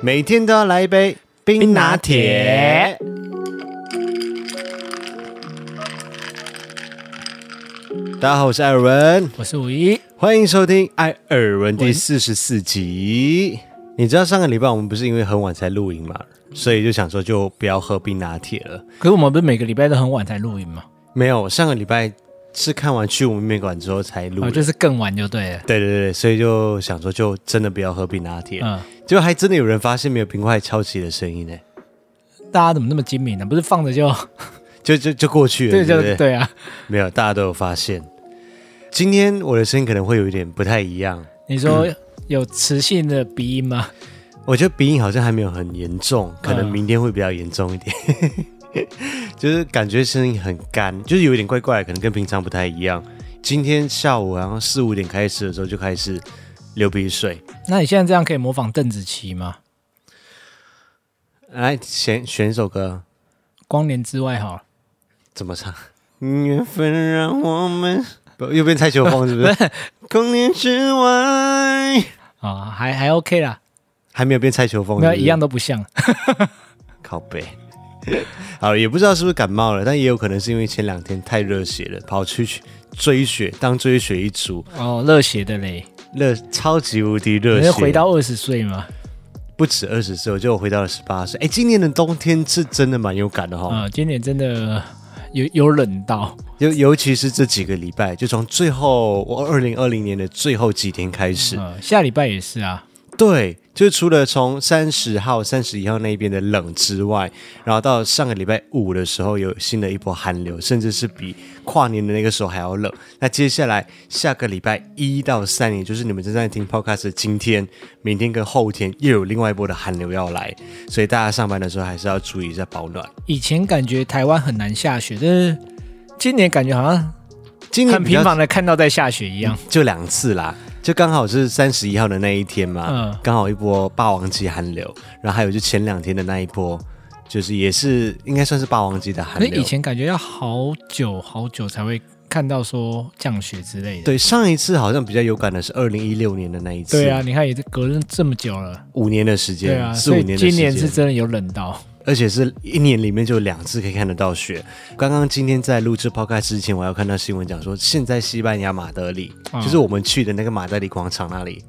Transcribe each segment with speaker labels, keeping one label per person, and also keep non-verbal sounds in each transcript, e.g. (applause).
Speaker 1: 每天都要来一杯冰拿铁。大家好，我是艾尔文，
Speaker 2: 我是五一，
Speaker 1: 欢迎收听《艾尔文》第四十四集。你知道上个礼拜我们不是因为很晚才录音嘛，所以就想说就不要喝冰拿铁了。
Speaker 2: 可是我们不是每个礼拜都很晚才录音吗？
Speaker 1: 没有，上个礼拜是看完《去无面馆》之后才录
Speaker 2: 哦，
Speaker 1: 的。
Speaker 2: 就是更晚就对了。
Speaker 1: 对对对对，所以就想说，就真的不要喝冰拿铁。
Speaker 2: 嗯，
Speaker 1: 结果还真的有人发现没有冰块敲击的声音呢，
Speaker 2: 大家怎么那么精明呢？不是放着就
Speaker 1: 就就就过去了，
Speaker 2: 对
Speaker 1: 对
Speaker 2: 就
Speaker 1: 不对？
Speaker 2: 对啊？
Speaker 1: 没有，大家都有发现。今天我的声音可能会有一点不太一样，(clears throat)
Speaker 2: 你说有磁性的鼻音吗？
Speaker 1: 我觉得鼻音好像还没有很严重，可能明天会比较严重一点。 (laughs) 就是感觉声音很干，就是有一点怪怪，可能跟平常不太一样。今天下午然后四五点开始的时候就开始流鼻水，
Speaker 2: 那你现在这样可以模仿邓紫棋吗？
Speaker 1: 来选选一首歌。
Speaker 2: 光年之外好了，
Speaker 1: 怎么唱？缘分让我们不又变蔡秋凤 (laughs) 是不是？光年之外
Speaker 2: 啊、还还 OK 啦，
Speaker 1: 还没有变蔡秋凤，
Speaker 2: 没有
Speaker 1: 是不是
Speaker 2: 一样都不像。
Speaker 1: 靠背。 (laughs) 好，也不知道是不是感冒了，但也有可能是因为前两天太热血了，跑去追雪当追雪一族，
Speaker 2: 哦，热血的嘞，
Speaker 1: 热超级无敌热
Speaker 2: 你
Speaker 1: 血，
Speaker 2: 是回到二十岁吗？
Speaker 1: 不止二十岁，我觉得我回到了十八岁。哎，今年的冬天是真的蛮有感的哈、
Speaker 2: 啊、今年真的有有冷到，
Speaker 1: 尤、尤其是这几个礼拜，就从最后我二零二零年的最后几天开始，
Speaker 2: 嗯、下礼拜也是啊，
Speaker 1: 对，就是除了从三十号、三十一号那一边的冷之外，然后到上个礼拜五的时候有新的一波寒流，甚至是比跨年的那个时候还要冷。那接下来下个礼拜一到三，也就是你们正在听 podcast 的今天、明天跟后天，又有另外一波的寒流要来，所以大家上班的时候还是要注意一下保暖。
Speaker 2: 以前感觉台湾很难下雪，但是今年感觉好像
Speaker 1: 今年
Speaker 2: 很
Speaker 1: 比较
Speaker 2: 频繁的看到在下雪一样。
Speaker 1: 就两次啦，就刚好是三十一号的那一天嘛，
Speaker 2: 嗯
Speaker 1: 刚好一波霸王级寒流，然后还有就前两天的那一波，就是也是应该算是霸王级的寒
Speaker 2: 可是
Speaker 1: 流。
Speaker 2: 以前感觉要好久好久才会看到说降雪之类的。
Speaker 1: 对上一次好像比较有感的是二零一六年的那一次，
Speaker 2: 对啊，，你看也隔了这么久了。
Speaker 1: 五年的时间，
Speaker 2: 对啊，
Speaker 1: 四
Speaker 2: 所
Speaker 1: 五
Speaker 2: 以
Speaker 1: 年的时
Speaker 2: 今
Speaker 1: 间，
Speaker 2: 年是真的有冷到。
Speaker 1: 而且是一年里面就有两次可以看得到雪。刚刚今天在录制 podcast 之前，我还有看到新闻讲说，现在西班牙马德里，
Speaker 2: 嗯
Speaker 1: 就是我们去的那个马德里广场那里，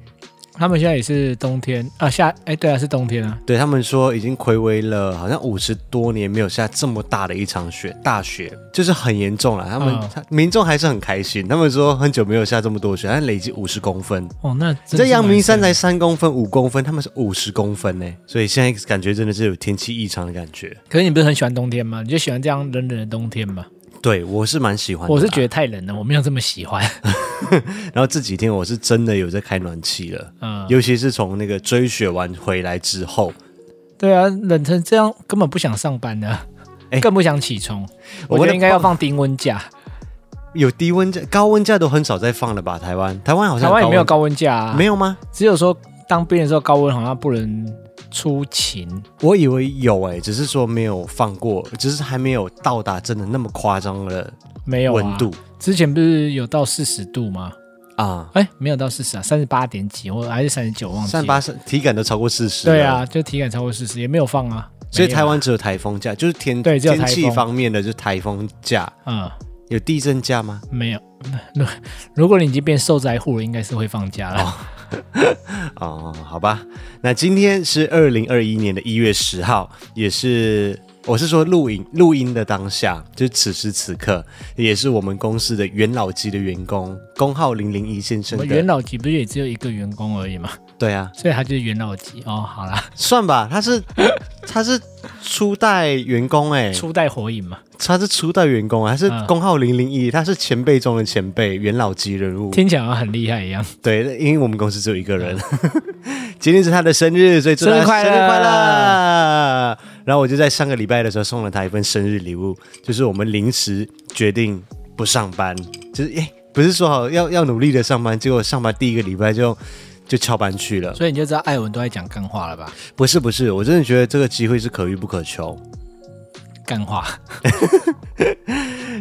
Speaker 2: 他们现在也是冬天啊，夏哎对啊是冬天啊，
Speaker 1: 对他们说，已经暌违了好像五十多年没有下这么大的一场雪，大雪就是很严重了。他们、
Speaker 2: 嗯
Speaker 1: 他民众还是很开心，他们说很久没有下这么多雪，但累积五十公分，
Speaker 2: 哦那真的
Speaker 1: 在
Speaker 2: 是
Speaker 1: 阳明山
Speaker 2: 蛮
Speaker 1: 才三公分、五公分，他们是五十公分呢，所以现在感觉真的是有天气异常的感觉。
Speaker 2: 冷。可是你不是很喜欢冬天吗？你就喜欢这样冷冷的冬天吗？
Speaker 1: 对我是蛮喜欢的啦，
Speaker 2: 我是觉得太冷了，我没有这么喜欢。
Speaker 1: (laughs) 然后这几天我是真的有在开暖气了，
Speaker 2: 嗯，
Speaker 1: 尤其是从那个追雪完回来之后，
Speaker 2: 对啊，冷成这样根本不想上班的
Speaker 1: 哎，
Speaker 2: 更不想起床。
Speaker 1: 我们的
Speaker 2: 我觉得应该要
Speaker 1: 报
Speaker 2: 放低温假，
Speaker 1: 有低温假、高温假都很少在放了吧？台湾，台湾好像
Speaker 2: 台湾也没有
Speaker 1: 高
Speaker 2: 高温假啊
Speaker 1: 温，没有吗？
Speaker 2: 只有说当兵的时候高温好像不能出勤，
Speaker 1: 我以为有哎、只是说没有放过，只是还没有到达真的那么夸张的
Speaker 2: 没有、啊、
Speaker 1: 温度
Speaker 2: 之前不是有到四十度吗？
Speaker 1: 啊。
Speaker 2: 哎，没有到四十啊，三十八点几，我还是三十九，忘记了。
Speaker 1: 三八体感都超过四十，
Speaker 2: 对，啊，就体感超过四十，也没有放啊。
Speaker 1: 所以
Speaker 2: 没有啊
Speaker 1: 台湾只有台风假，就是天
Speaker 2: 对只有台
Speaker 1: 天
Speaker 2: 风
Speaker 1: 气方面的，就是台风假，
Speaker 2: 嗯
Speaker 1: 有地震假吗？
Speaker 2: 没有。 (laughs) 如如果你已经变受灾户了，应该是会放假了。
Speaker 1: 哦，好吧，那今天是二零二一年的一月十号，也是我是说录影录音的当下，就是此时此刻，也是我们公司的元老级的员工，工号零零一先
Speaker 2: 我
Speaker 1: 生
Speaker 2: 们元
Speaker 1: 的，
Speaker 2: 老级不是也只有一个员工而已嘛， (laughs)
Speaker 1: 对啊，
Speaker 2: 所以他就是元老级哦。好啦，
Speaker 1: 算吧，他
Speaker 2: (laughs)
Speaker 1: 是他是初代员工哎、
Speaker 2: 初代火影嘛，
Speaker 1: 他是初代员工啊，他是
Speaker 2: 嗯
Speaker 1: 工号零零一，他是前辈中的前辈，元老级人物。
Speaker 2: 听起来好像很厉害一样。
Speaker 1: 对，因为我们公司只有一个人， (laughs) 今天是他的生日，所以祝他
Speaker 2: 嗯生日快乐
Speaker 1: 生日快乐！然后我就在上个礼拜的时候送了他一份生日礼物，就是我们临时决定不上班，就是诶，不是说好要要努力的上班，结果上班第一个礼拜就就翘班去了。
Speaker 2: 所以你就知道艾文都在讲干话了吧？
Speaker 1: 不是不是，我真的觉得这个机会是可遇不可求。
Speaker 2: 干话，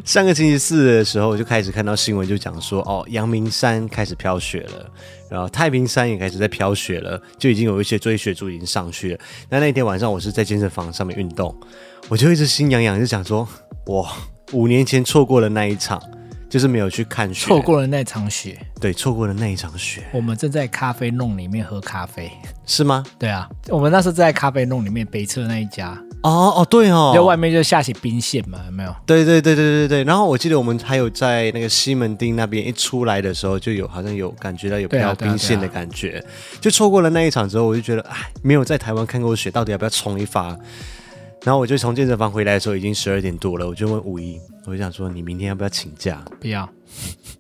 Speaker 1: 上个星期四的时候，我就开始看到新闻，就讲说，哦，阳明山开始飘雪了，然后太平山也开始在飘雪了，就已经有一些追雪族已经上去了。那那天晚上，我是在健身房上面运动，我就一直心痒痒，就想说，哇，五年前错过了那一场，就是没有去看雪，
Speaker 2: 错过了那场雪，
Speaker 1: 对，错过了那一场雪，
Speaker 2: 我们正在咖啡弄里面喝
Speaker 1: (laughs)
Speaker 2: 咖啡。
Speaker 1: 是吗？
Speaker 2: 对啊，我们那时候在咖啡弄里面北侧那一家，
Speaker 1: 哦哦，对哦，
Speaker 2: 就外面就下起冰线嘛，有没有？
Speaker 1: 对对对对对对，然后我记得我们还有在那个西门町那边一出来的时候，就有好像有感觉到有
Speaker 2: 对啊
Speaker 1: 飘
Speaker 2: 对啊
Speaker 1: 冰线的
Speaker 2: 对啊
Speaker 1: 感觉，就错过了那一场之后，我就觉得哎，没有在台湾看过雪，到底要不要冲一发？然后我就从健身房回来的时候已经十二点多了，我就问五一，我就想说你明天要不要请假？
Speaker 2: 不要，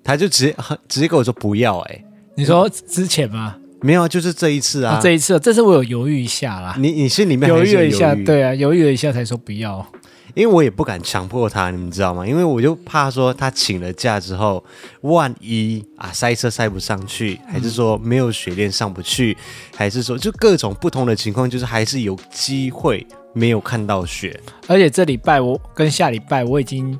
Speaker 1: 他就直接直接跟我说不要、哎，
Speaker 2: 你说之前吗？
Speaker 1: 没有啊，就是这一次啊，
Speaker 2: 啊，这一次，这次我有犹豫一下啦，
Speaker 1: 你你心里面还
Speaker 2: 犹
Speaker 1: 是
Speaker 2: 豫
Speaker 1: 有
Speaker 2: 了一下，
Speaker 1: 犹豫
Speaker 2: 对啊，犹豫了一下才说不要。
Speaker 1: 因为我也不敢强迫他，你们知道吗？因为我就怕说他请了假之后，万一啊塞车塞不上去，还是说没有雪链上不去，还是说就各种不同的情况，就是还是有机会没有看到雪。
Speaker 2: 而且这礼拜我跟下礼拜我已经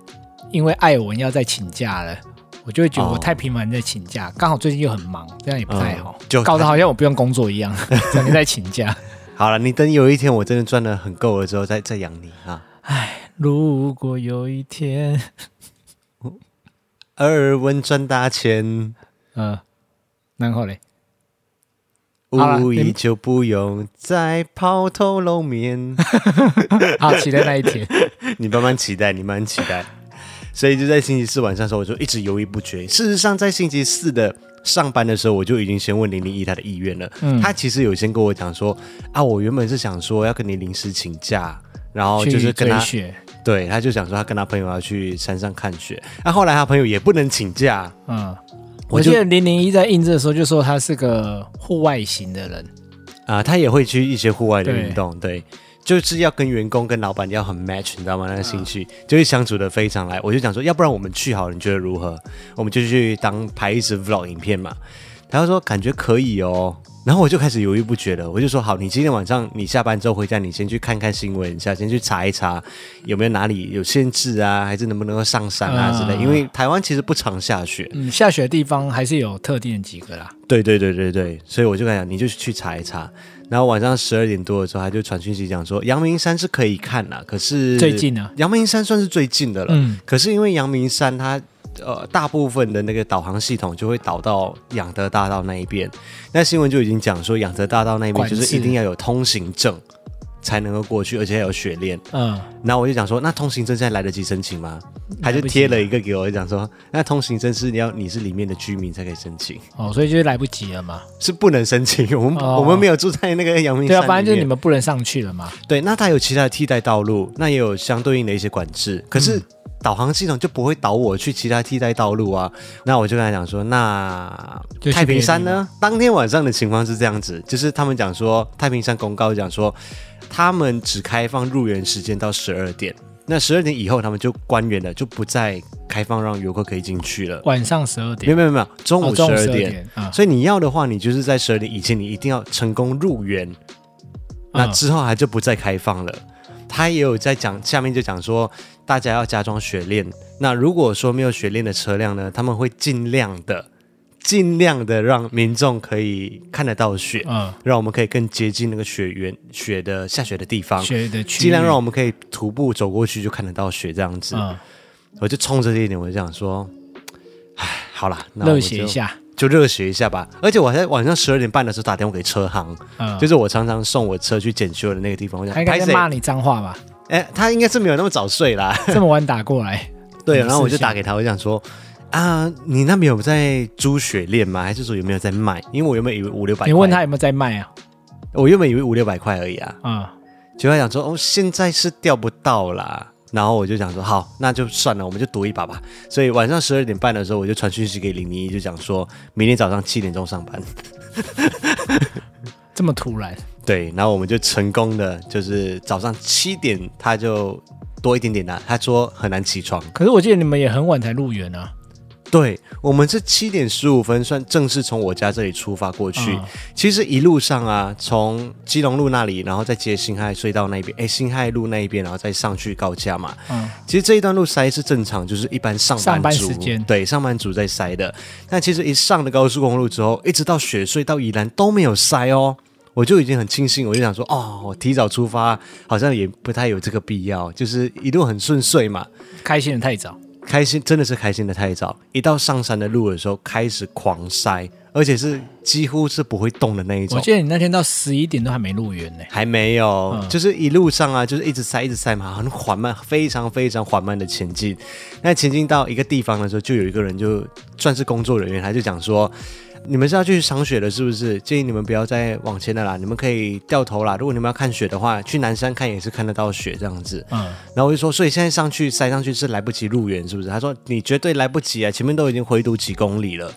Speaker 2: 因为艾尔文要再请假了，我就会觉得我
Speaker 1: 哦
Speaker 2: 太频繁在请假，刚好最近又很忙，这样也不太好
Speaker 1: 嗯，就
Speaker 2: 搞得好像我不用工作一样， (laughs) 整天在请假。
Speaker 1: 好了，你等有一天我真的赚的很够了之后，再再养你啊。
Speaker 2: 如果有一天，
Speaker 1: 耳温赚大钱，
Speaker 2: 呃，然后嘞，好啦
Speaker 1: 无
Speaker 2: 你
Speaker 1: 疑
Speaker 2: 们
Speaker 1: 就不用再抛头露面。
Speaker 2: (laughs) 好，期待那
Speaker 1: (laughs)
Speaker 2: 一天。
Speaker 1: 你慢慢期待，你慢慢期待。所以就在星期四晚上的时候，我就一直犹豫不决。事实上，在星期四的上班的时候，我就已经先问零零一他的意愿了。
Speaker 2: 嗯
Speaker 1: 他其实有先跟我讲说啊，我原本是想说要跟你临时请假，然后哦就是
Speaker 2: 去
Speaker 1: 跟
Speaker 2: 追
Speaker 1: 他
Speaker 2: 雪，
Speaker 1: 对，他就想说他跟他朋友要去山上看雪。那、后来他朋友也不能请假，
Speaker 2: 嗯，
Speaker 1: 我
Speaker 2: 我
Speaker 1: 就
Speaker 2: 记得零零一在印证的时候就说他是个户外型的人，
Speaker 1: 啊、他也会去一些户外的
Speaker 2: 对
Speaker 1: 运动，对。就是要跟员工、跟老板要很 match，你知道吗？那个兴趣、就是相处的非常来。我就想说，要不然我们去好了，你觉得如何？我们就去当拍一支 vlog 影片嘛。他就说感觉可以哦，然后我就开始犹豫不决了。我就说好，你今天晚上你下班之后回家，你先去看看新闻一下，先去查一查有没有哪里有限制啊，还是能不能够上山啊之类。
Speaker 2: 嗯
Speaker 1: 因为台湾其实不常下雪，
Speaker 2: 嗯，下雪的地方还是有特定的几个啦，
Speaker 1: 对对对对对，所以我就跟他讲，你就去查一查。然后晚上十二点多的时候，他就传讯息讲说，阳明山是可以看啦，可是
Speaker 2: 最近呢，
Speaker 1: 阳明山算是最近的了。
Speaker 2: 嗯，
Speaker 1: 可是因为阳明山它呃大部分的那个导航系统就会导到养德大道那一边，那新闻就已经讲说养德大道那边
Speaker 2: 管
Speaker 1: 就
Speaker 2: 制
Speaker 1: 是一定要有通行证才能够过去，而且还有雪链。
Speaker 2: 嗯，
Speaker 1: 然后我就讲说，那通行证现在来得及申请吗？他就
Speaker 2: 来不及
Speaker 1: 贴了一个给我，就讲说，那通行证是你要你是里面的居民才可以申请。
Speaker 2: 哦，所以就是来不及了嘛。
Speaker 1: 是不能申请，我们、
Speaker 2: 哦
Speaker 1: 我们没有住在那个阳明山
Speaker 2: 对
Speaker 1: 里
Speaker 2: 啊，
Speaker 1: 面
Speaker 2: 反正就是你们不能上去了嘛。
Speaker 1: 对，那它有其他的替代道路，那也有相对应的一些管制，可
Speaker 2: 嗯
Speaker 1: 是。导航系统就不会导我去其他替代道路啊，那我就跟他讲说，那
Speaker 2: 就去别的
Speaker 1: 太平山呢？当天晚上的情况是这样子，就是他们讲说，太平山公告讲说，他们只开放入园时间到十二点，那十二点以后他们就关园了，就不再开放让游客可以进去了。
Speaker 2: 晚上十二
Speaker 1: 没有
Speaker 2: 点，
Speaker 1: 没有没有，中午
Speaker 2: 哦
Speaker 1: 十
Speaker 2: 中午
Speaker 1: 二
Speaker 2: 十二
Speaker 1: 点，
Speaker 2: 点啊，
Speaker 1: 所以你要的话，你就是在十二点以前，你一定要成功入园，那
Speaker 2: 嗯
Speaker 1: 之后还就不再开放了。他也有在讲，下面就讲说，大家要加装雪链。那如果说没有雪链的车辆呢，他们会尽量的、尽量的让民众可以看得到雪，
Speaker 2: 嗯，
Speaker 1: 让我们可以更接近那个雪原、雪的下雪的地方，
Speaker 2: 学的区域
Speaker 1: 尽量让我们可以徒步走过去就看得到雪这样子。
Speaker 2: 嗯
Speaker 1: 我就冲着这一点，我就想说，唉，好啦，那我
Speaker 2: 热
Speaker 1: 们
Speaker 2: 血
Speaker 1: 就
Speaker 2: 一下，
Speaker 1: 就热血一下吧。而且我还在晚上十二点半的时候打电话给车行，
Speaker 2: 嗯，
Speaker 1: 就是是我常常送我车去检修的那个地方。我
Speaker 2: 他
Speaker 1: 想
Speaker 2: 应该
Speaker 1: 拍
Speaker 2: 在
Speaker 1: 谁？
Speaker 2: 骂你脏
Speaker 1: (laughs)
Speaker 2: 话吧？
Speaker 1: 哎、他应该是没有那么早睡
Speaker 2: (laughs)
Speaker 1: 啦。
Speaker 2: 这么晚打过来，
Speaker 1: 对，
Speaker 2: 没事
Speaker 1: 然后我就打给他，我想说。啊，你那边有在租雪链吗？还是说有没有在卖？因为我原本以为五六百，
Speaker 2: 你问他，有没有在卖啊？
Speaker 1: 我原本以为五六百块而已啊。
Speaker 2: 啊，
Speaker 1: 结果他讲说，哦，现在是钓不到啦。然后我就想说，好，那就算了，我们就赌一把吧。所以晚上十二点半的时候，我就传讯息给林一，就讲说明天早上七点钟上班。
Speaker 2: 这么突然，
Speaker 1: 对，然后我们就成功的，就是早上七点他就多一点点啦、他说很难起床，
Speaker 2: 可是我记得你们也很晚才入园啊，
Speaker 1: 对我们是七点十五分算正式从我家这里出发过去。
Speaker 2: 嗯
Speaker 1: 其实一路上啊，从基隆路那里，然后再接辛亥隧道那边，哎，辛亥路那一边，然后再上去高架嘛。
Speaker 2: 嗯，
Speaker 1: 其实这一段路塞是正常，就是一般上
Speaker 2: 上
Speaker 1: 班
Speaker 2: 班
Speaker 1: 族
Speaker 2: 时间
Speaker 1: 对上班族在塞的。那其实一上了高速公路之后，一直到雪隧到宜兰都没有塞哦，我就已经很庆幸，我就想说，哦，我提早出发好像也不太有这个必要，就是一路很顺遂嘛。
Speaker 2: 开心的太早，
Speaker 1: 开心真的是开心的太早，一到上山的路的时候开始狂塞，而且是几乎是不会动的那一
Speaker 2: 我
Speaker 1: 种。
Speaker 2: 记得你那天到十一点都还没入园呢、
Speaker 1: 还没有，
Speaker 2: 嗯
Speaker 1: 就是一路上啊，就是一直塞，一直塞嘛，很缓慢，非常非常缓慢的前进。那前进到一个地方的时候，就有一个人就算是工作人员，他就讲说：“你们是要去赏雪了，是不是？建议你们不要再往前了啦，你们可以掉头啦。如果你们要看雪的话，去南山看也是看得到雪这样子。”
Speaker 2: 嗯，
Speaker 1: 然后我就说：“所以现在上去塞上去是来不及入园，是不是？”他说：“你绝对来不及啊，前面都已经回堵几公里了。”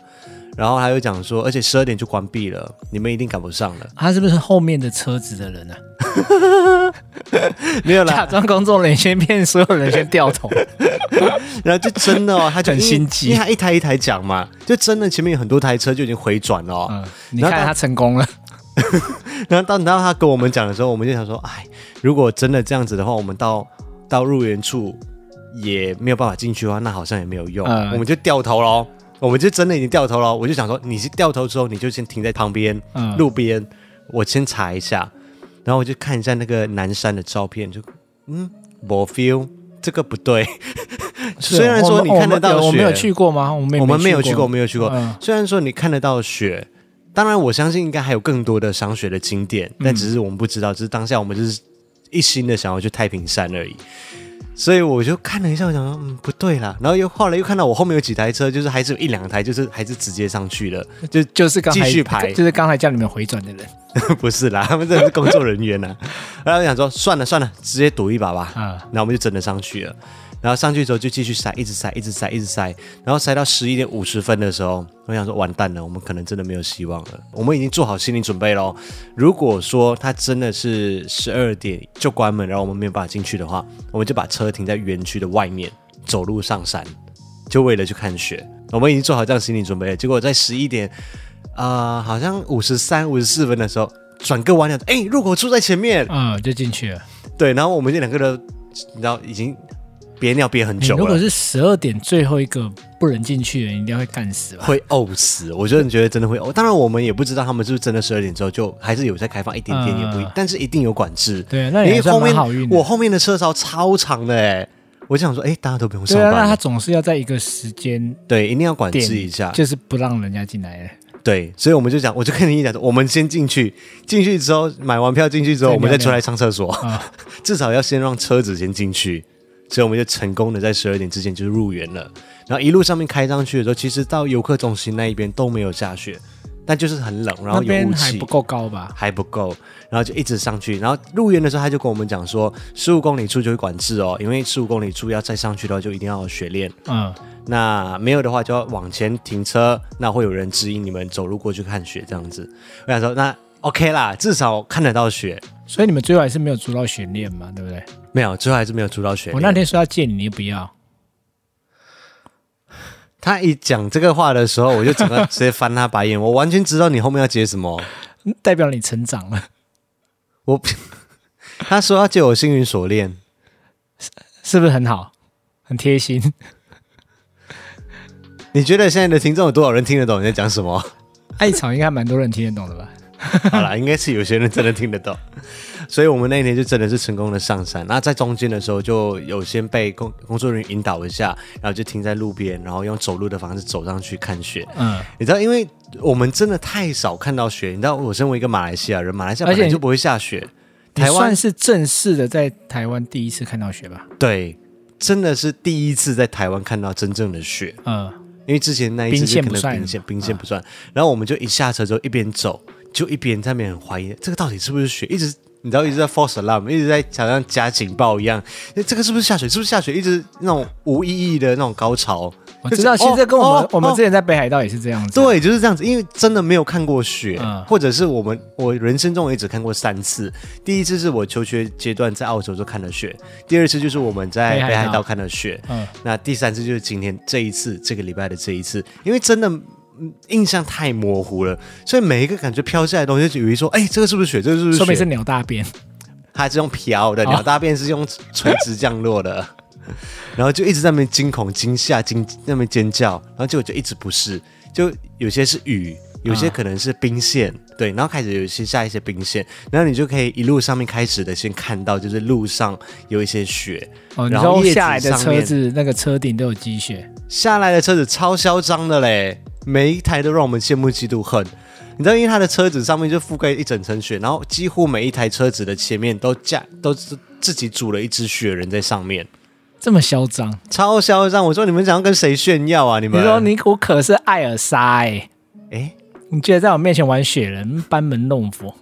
Speaker 1: 然后他又讲说：“而且十二点就关闭了， (laughs) 你们一定赶不上了。
Speaker 2: 他是不是后面的车子
Speaker 1: (laughs)
Speaker 2: 的人啊？”
Speaker 1: 没有啦，(laughs)
Speaker 2: 假装工作人员先骗所有人先掉头，
Speaker 1: 然后就真的哦，他 (laughs) 就
Speaker 2: 很心机
Speaker 1: 因为因为他一台一台讲嘛，就真的前面有很多台车就已经回转了、哦。
Speaker 2: 嗯，你看他成功了，
Speaker 1: 然后当当他跟我们讲的时候，我们就想说，哎，如果真的这样子的话，我们到到入园处也没有办法进去的话，那好像也没有用，
Speaker 2: 嗯
Speaker 1: 我们就掉头喽。我们就真的已经掉头了。我就想说，你是掉头之后，你就先停在旁边、
Speaker 2: 嗯
Speaker 1: 路边，我先查一下，然后我就看一下那个南山的照片，就嗯，我 feel 这个不对。 (laughs) 虽然说你
Speaker 2: 啊我们
Speaker 1: 看得到雪，
Speaker 2: 我们我们有去过吗？我们也
Speaker 1: 我们没有去
Speaker 2: 去
Speaker 1: 过，我，没有去过。
Speaker 2: 嗯
Speaker 1: 虽然说你看得到雪，当然我相信应该还有更多的赏雪的景点，
Speaker 2: 嗯
Speaker 1: 但只是我们不知道，只是当下我们就是一心的想要去太平山而已。所以我就看了一下，我想说，嗯，不对啦。然后又后来又看到我后面有几台车，就是还是有一两台，就是还是直接上去了，就
Speaker 2: 就是刚才
Speaker 1: 继续排
Speaker 2: 就是刚才叫你们回转的人
Speaker 1: (laughs) 不是啦，他们真的是工作人员呐、啊然后我想说，算了算了，直接赌一把吧。
Speaker 2: 啊。
Speaker 1: 然后我们就真的上去了。然后上去之后就继续塞，一直塞，一直塞，一直塞，然后塞到十一点五十分的时候，我想说完蛋了，我们可能真的没有希望了。我们已经做好心理准备喽。如果说他真的是十二点就关门，然后我们没有办法进去的话，我们就把车停在园区的外面，走路上山，就为了去看雪。我们已经做好这样心理准备了。结果在十一点，呃，好像五十三、五十四分的时候，转个弯了，哎，入口处在前面，
Speaker 2: 嗯，就进去了。
Speaker 1: 对，然后我们这两个都，你知道已经憋尿憋很
Speaker 2: 你
Speaker 1: 久
Speaker 2: 哎如果
Speaker 1: 了，
Speaker 2: 是十二点最后一个不能进去的，你一定会干死吧？
Speaker 1: 会呕死。我真的觉得真的会呕。当然，我们也不知道他们是不是真的十二点之后就还是有在开放一点点，
Speaker 2: 嗯
Speaker 1: 也不一，但是一定有管制。
Speaker 2: 对啊，那你
Speaker 1: 因为
Speaker 2: 还算
Speaker 1: 后
Speaker 2: 蛮
Speaker 1: 面
Speaker 2: 好运的。
Speaker 1: 我后面的车潮超长的哎、我就想说，哎、大家都不用上
Speaker 2: 对啊，那
Speaker 1: 班
Speaker 2: 他
Speaker 1: 了，
Speaker 2: 总是要在一个时间
Speaker 1: 对，一定要管制
Speaker 2: 点
Speaker 1: 一下。
Speaker 2: 就是不让人家进来了。
Speaker 1: 对，所以我们就讲，我就跟你讲说，我们先进去，进去之后买完票进去之后，
Speaker 2: 再
Speaker 1: 我们
Speaker 2: 聊
Speaker 1: 再出
Speaker 2: 聊
Speaker 1: 来上厕所，
Speaker 2: 啊
Speaker 1: (laughs) 至少要先让车子先进去。所以我们就成功的在十二点之前就入园了。然后一路上面开上去的时候，其实到游客中心那一边都没有下雪，但就是很冷，然后
Speaker 2: 那
Speaker 1: 有
Speaker 2: 边
Speaker 1: 雾
Speaker 2: 还
Speaker 1: 气
Speaker 2: 不。够高吧？
Speaker 1: 还不够，然后就一直上去，然后入园的时候他就跟我们讲说，十五公里处就会管制哦，因为十五公里处要再上去的话就一定要有雪链，
Speaker 2: 嗯，
Speaker 1: 那没有的话就要往前停车，那会有人指引你们走路过去看雪这样子。我想说，那 OK 啦，至少看得到雪。
Speaker 2: 所以你们最后还是没有租到悬链嘛，对不对？
Speaker 1: 没有，最后还是没有出到雪。
Speaker 2: 我那天说要借你，你又不要。
Speaker 1: 他一讲这个话的时候，我就整个直接翻他白眼。我完全知道你后面要接什么。
Speaker 2: 代表你成长了， (laughs)
Speaker 1: 我 (laughs) 他说要借我星云锁链，
Speaker 2: 是不是很好？很贴心，
Speaker 1: 你觉得现在的听众有多少人听得懂你在讲什么？
Speaker 2: (laughs) 爱草应该蛮多人听得懂的吧？
Speaker 1: (laughs) 好啦，应该是有些人真的听得懂， (laughs) 所以我们那一天就真的是成功的上山。那在中间的时候，就有先被工工作人员引导一下，然后就停在路边，然后用走路的方式走上去看雪。
Speaker 2: 嗯，
Speaker 1: 你知道，因为我们真的太少看到雪。你知道，我身为一个马来西亚人，马来西亚
Speaker 2: 而
Speaker 1: 本
Speaker 2: 且
Speaker 1: 来就不会下雪，
Speaker 2: 你
Speaker 1: 台湾
Speaker 2: 算是正式的在台湾第一次看到雪吧？
Speaker 1: 对，真的是第一次在台湾看到真正的雪。
Speaker 2: 嗯，
Speaker 1: 因为之前那一次
Speaker 2: 冰
Speaker 1: 就
Speaker 2: 线
Speaker 1: 可
Speaker 2: 不
Speaker 1: 能
Speaker 2: 算嗯
Speaker 1: 冰线冰线不算，然后我们就一下车之后一边走就一边在那边很怀疑这个到底是不是雪，一直你知道一直在 false alarm，一直在好哎像加警报一样，诶这个是不是下水？是不是下水？一直那种无意义的那种高潮，
Speaker 2: 我
Speaker 1: 就
Speaker 2: 知
Speaker 1: 是
Speaker 2: 道，其实这跟我们、
Speaker 1: 哦哦
Speaker 2: 我们
Speaker 1: 哦
Speaker 2: 之前在北海道也是这样子。啊
Speaker 1: 对，就是这样子，因为真的没有看过雪，
Speaker 2: 嗯
Speaker 1: 或者是我们我人生中也只看过三次。第一次是我求学阶段在澳洲就看了雪，第二次就是我们在
Speaker 2: 北海
Speaker 1: 北海
Speaker 2: 道
Speaker 1: 道看了雪，
Speaker 2: 嗯，
Speaker 1: 那第三次就是今天这一次这个礼拜的这一次，因为真的。嗯印象太模糊了，所以每一个感觉飘下来的东西，就以为说，哎、这个是不是雪？这个是不是
Speaker 2: 说明是啊
Speaker 1: 雪？
Speaker 2: 鸟大便。
Speaker 1: 它是用飘的，鸟大便是用垂直降落的，然后就一直在那边惊恐、惊吓、惊那边尖叫，然后结果就一直不是，就有些是雨，有
Speaker 2: 啊
Speaker 1: 些可能是冰线，对，然后开始有一些下一些冰线，然后你就可以一路上面开始的先看到，就是路上有一些雪，
Speaker 2: 哦，你
Speaker 1: 然后
Speaker 2: 说
Speaker 1: 叶
Speaker 2: 下来的
Speaker 1: 上
Speaker 2: 车
Speaker 1: 面
Speaker 2: 子那个车顶都有积雪，
Speaker 1: 下来的车子超嚣张的嘞，每一台都让我们羡慕嫉妒恨。你知道，因为它的车子上面就覆盖一整层雪，然后几乎每一台车子的前面都架都是自己组了一只雪人在上面，
Speaker 2: 这么嚣张？
Speaker 1: 超嚣张。我说你们想要跟谁炫耀啊？你
Speaker 2: 你
Speaker 1: 们？
Speaker 2: 说你我可是艾尔莎哎、
Speaker 1: 哎，
Speaker 2: 你居然在我面前玩雪人，班门弄
Speaker 1: (laughs)
Speaker 2: 斧。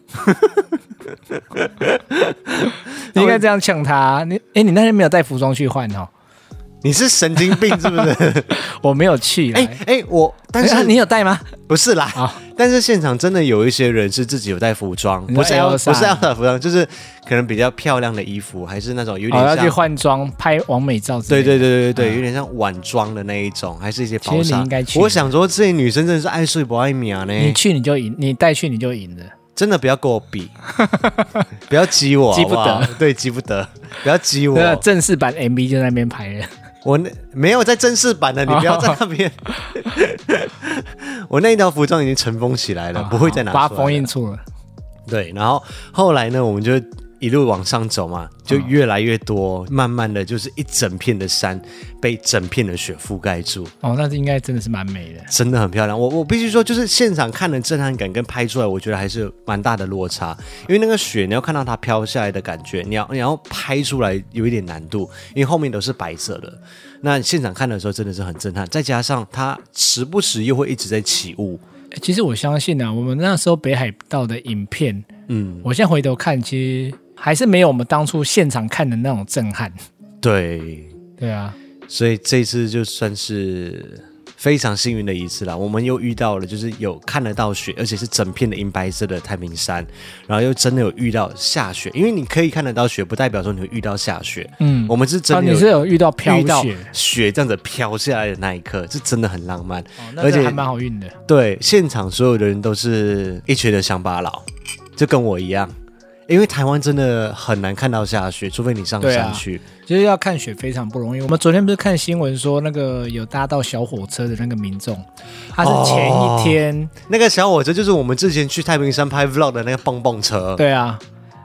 Speaker 2: 你应该这样呛他。你哎、你那天没有带服装去换哦？
Speaker 1: 你是神经病是不
Speaker 2: (laughs)
Speaker 1: 是？
Speaker 2: 我没有去啦。
Speaker 1: 哎
Speaker 2: 哎、
Speaker 1: 哎，我但
Speaker 2: 啊
Speaker 1: 是
Speaker 2: 你有带吗？
Speaker 1: 不是啦，
Speaker 2: 啊
Speaker 1: 但是现场真的有一些人是自己有带服装，
Speaker 2: 你说
Speaker 1: 不是 L 不
Speaker 2: Elsa
Speaker 1: 是 L 的服装，就是可能比较漂亮的衣服，还是那种有
Speaker 2: 哦，
Speaker 1: 点
Speaker 2: 要去
Speaker 1: 像。
Speaker 2: 换装拍完美照之类
Speaker 1: 对
Speaker 2: 的。嗯
Speaker 1: 对对对对，有点像晚装的那一种，还是一些薄
Speaker 2: 其实你
Speaker 1: 纱
Speaker 2: 应该。去
Speaker 1: 我想说，这些女生真的是爱睡不爱米啊呢，
Speaker 2: 你去你就赢，你带去你就赢了。
Speaker 1: 真的不要跟我
Speaker 2: (laughs)
Speaker 1: 比，不要激我，
Speaker 2: 激不得
Speaker 1: 好
Speaker 2: 啊
Speaker 1: 好，对，激不得，不要激
Speaker 2: 那
Speaker 1: 我，
Speaker 2: 正式版 MV 就在那边拍了。
Speaker 1: 我那没有在正式版的，你不
Speaker 2: 哦
Speaker 1: 要在那边。 (laughs) 我那一条服装已经尘封起来了，啊
Speaker 2: 哦
Speaker 1: 不会再拿出
Speaker 2: 把
Speaker 1: 来
Speaker 2: 它
Speaker 1: 了。
Speaker 2: 封印住了。
Speaker 1: 对，然后后来呢，我们就一路往上走嘛，
Speaker 2: 嗯
Speaker 1: 就越来越多，慢慢的就是一整片的山被整片的雪覆盖住，
Speaker 2: 哦，那应该真的是蛮美的。
Speaker 1: 真的很漂亮。我我必须说，就是现场看的震撼感跟拍出来，我觉得还是蛮大的落差。因为那个雪，你要看到它飘下来的感觉，你要你要拍出来有一点难度，因为后面都是白色的。那现场看的时候真的是很震撼，再加上它时不时又会一直在起雾，
Speaker 2: 欸其实我相信啊，我们那时候北海道的影片，
Speaker 1: 嗯，
Speaker 2: 我现在回头看，其实还是没有我们当初现场看的那种震撼。
Speaker 1: 对，
Speaker 2: 对啊，
Speaker 1: 所以这次就算是非常幸运的一次啦。我们又遇到了，就是有看得到雪，而且是整片的银白色的太平山，然后又真的有遇到下雪，因为你可以看得到雪，不代表说你会遇到下雪。
Speaker 2: 嗯，
Speaker 1: 我们是
Speaker 2: 哦，
Speaker 1: 真的
Speaker 2: 你
Speaker 1: 有
Speaker 2: 是有遇到飘
Speaker 1: 遇到
Speaker 2: 雪，
Speaker 1: 雪这样子飘下来的那一刻，是真的很浪漫。
Speaker 2: 哦那
Speaker 1: 而且
Speaker 2: 这还蛮好运的。
Speaker 1: 对，现场所有的人都是一群的乡巴佬，就跟我一样。因为台湾真的很难看到下雪，除非你上
Speaker 2: 对啊
Speaker 1: 山去。
Speaker 2: 就是要看雪非常不容易。我们昨天不是看新闻说，那个有搭到小火车的那个民众，他是前一天，
Speaker 1: 那个小火车就是我们之前去太平山拍 vlog 的那个蹦蹦车。
Speaker 2: 对啊，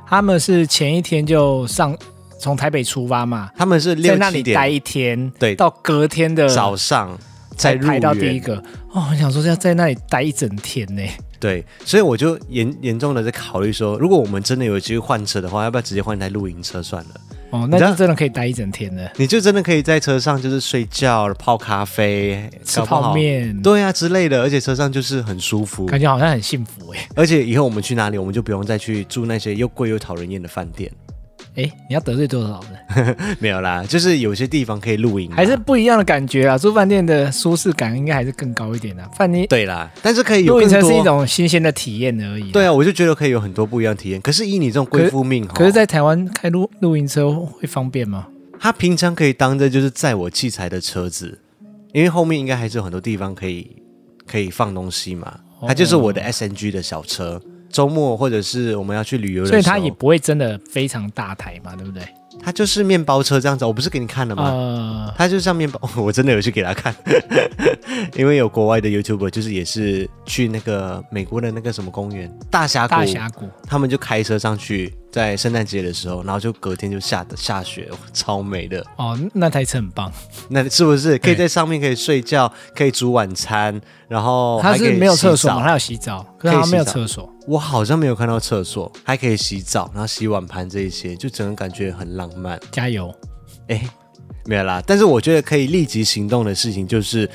Speaker 2: 他们是前一天就上从台北出发嘛，
Speaker 1: 他们是
Speaker 2: 在
Speaker 1: 六
Speaker 2: 那
Speaker 1: 七
Speaker 2: 里待
Speaker 1: 点
Speaker 2: 一天，
Speaker 1: 对
Speaker 2: 到隔天的
Speaker 1: 早上再
Speaker 2: 才
Speaker 1: 入
Speaker 2: 排到第一
Speaker 1: 园，
Speaker 2: 个。哦，我想说要在那里待一整天呢。
Speaker 1: 对，所以我就严严重的在考虑说，如果我们真的有机会换车的话，要不要直接换一台露营车算了？
Speaker 2: 哦，
Speaker 1: 你
Speaker 2: 那
Speaker 1: 知道
Speaker 2: 就真的可以待一整天的，
Speaker 1: 你就真的可以在车上就是睡觉、泡咖啡、
Speaker 2: 吃
Speaker 1: 搞不好
Speaker 2: 泡，面，
Speaker 1: 对啊之类的，而且车上就是很舒服，
Speaker 2: 感觉好像很幸福哎。
Speaker 1: 而且以后我们去哪里，我们就不用再去住那些又贵又讨人厌的饭店， (laughs)
Speaker 2: 哎，你要得罪多少人？
Speaker 1: 没有啦，就是有些地方可以露营嘛，啊
Speaker 2: 还是不一样的感觉啊！住饭店的舒适感应该还是更高一点的、啊。饭店
Speaker 1: 对啦，但是可以有
Speaker 2: 露营
Speaker 1: 更
Speaker 2: 车
Speaker 1: 多
Speaker 2: 是一种新鲜的体验而已。
Speaker 1: 对，啊，我就觉得可以有很多不一样的体验。可是以你这种贵妇命，
Speaker 2: 可是，
Speaker 1: 吼
Speaker 2: 在台湾开露露营车会方便吗？
Speaker 1: 他平常可以当着就是载我器材的车子，因为后面应该还是有很多地方可以可以放东西嘛。
Speaker 2: 哦
Speaker 1: 它就是我的 SNG 的小车，周末或者是我们要去旅游的时
Speaker 2: 所
Speaker 1: 候，
Speaker 2: 以它也不会真的非常大台嘛，对不对？
Speaker 1: 它就是面包车这样子。我不是给你看了吗？
Speaker 2: 呃，
Speaker 1: 它就像面包， (laughs) 我真的有去给他看， (laughs) 因为有国外的 YouTuber 就是也是去那个美国的那个什么公园大峡谷，
Speaker 2: 大峡谷
Speaker 1: 他们就开车上去，在圣诞节的时候，然后就隔天就下下雪，超美的。
Speaker 2: 哦，那台车很棒，
Speaker 1: 那是不是可以
Speaker 2: 对
Speaker 1: 在上面可以睡觉，可以煮晚餐，然后
Speaker 2: 哎它
Speaker 1: 哦还可以
Speaker 2: 是没有厕所
Speaker 1: 洗
Speaker 2: 嘛，
Speaker 1: 澡
Speaker 2: 它有洗澡，
Speaker 1: 可
Speaker 2: 可是
Speaker 1: 以
Speaker 2: 它
Speaker 1: 洗
Speaker 2: 没有
Speaker 1: 澡
Speaker 2: 厕所。
Speaker 1: 我好像没有看到厕所，还可以洗澡，然后洗碗盘这一些，就整个感觉很浪漫。
Speaker 2: 加油！
Speaker 1: 哎，没有啦，但是我觉得可以立即行动的事情就是。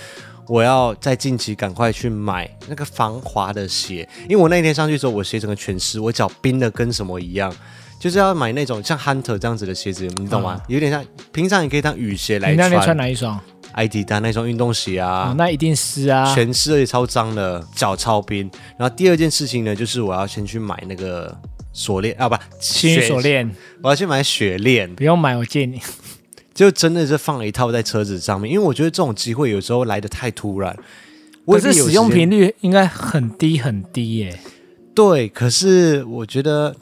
Speaker 1: 我要在近期赶快去买那个防滑的鞋，因为我那天上去的时候，我鞋整个全湿，我脚冰的跟什么一样，就是要买那
Speaker 2: 啊
Speaker 1: 种像 Hunter 这样子的鞋子，你懂吗？有点像平常你可以当雨鞋来
Speaker 2: 你那
Speaker 1: 穿。
Speaker 2: 天穿哪一双？啊
Speaker 1: 艾迪达那双运动鞋
Speaker 2: 哦
Speaker 1: 啊，，
Speaker 2: 那一定湿啊，
Speaker 1: 全湿而且超脏的，脚超冰。然后第二件事情呢，就是我要先去买那个锁链啊，不，
Speaker 2: 幸运锁，链
Speaker 1: 我要去买雪链。
Speaker 2: 不用买，我借你。
Speaker 1: 就真的是放了一套在车子上面，因为我觉得这种机会有时候来的太突然。我
Speaker 2: 可
Speaker 1: 也
Speaker 2: 是
Speaker 1: 没有
Speaker 2: 使用
Speaker 1: 时间
Speaker 2: 频率应该很低很低 (laughs) 耶、
Speaker 1: 对，可是我觉得，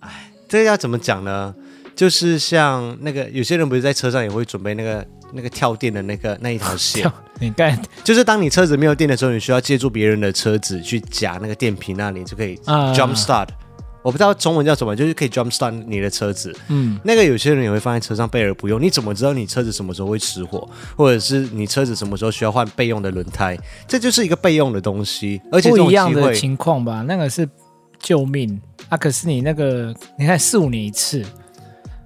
Speaker 1: 哎，这个要怎么讲呢？就是像那个有些人不是在车上也会准备那个那个跳电的那个那一条线
Speaker 2: 跳，你看
Speaker 1: 就是当你车子没有电的时候，你需要借助别人的车子去夹那个电瓶那里，就可以
Speaker 2: 啊
Speaker 1: jump start。我不知道中文叫什么，就是可以 jump start 你的车子。
Speaker 2: 嗯，
Speaker 1: 那个有些人也会放在车上备而不用，你怎么知道你车子什么时候会失火，或者是你车子什么时候需要换备用的轮胎？这就是一个备用的东西，而且这
Speaker 2: 不
Speaker 1: 种
Speaker 2: 一样
Speaker 1: 机
Speaker 2: 的
Speaker 1: 会
Speaker 2: 情况吧，那个是救命啊，可是你那个你看四五年一次，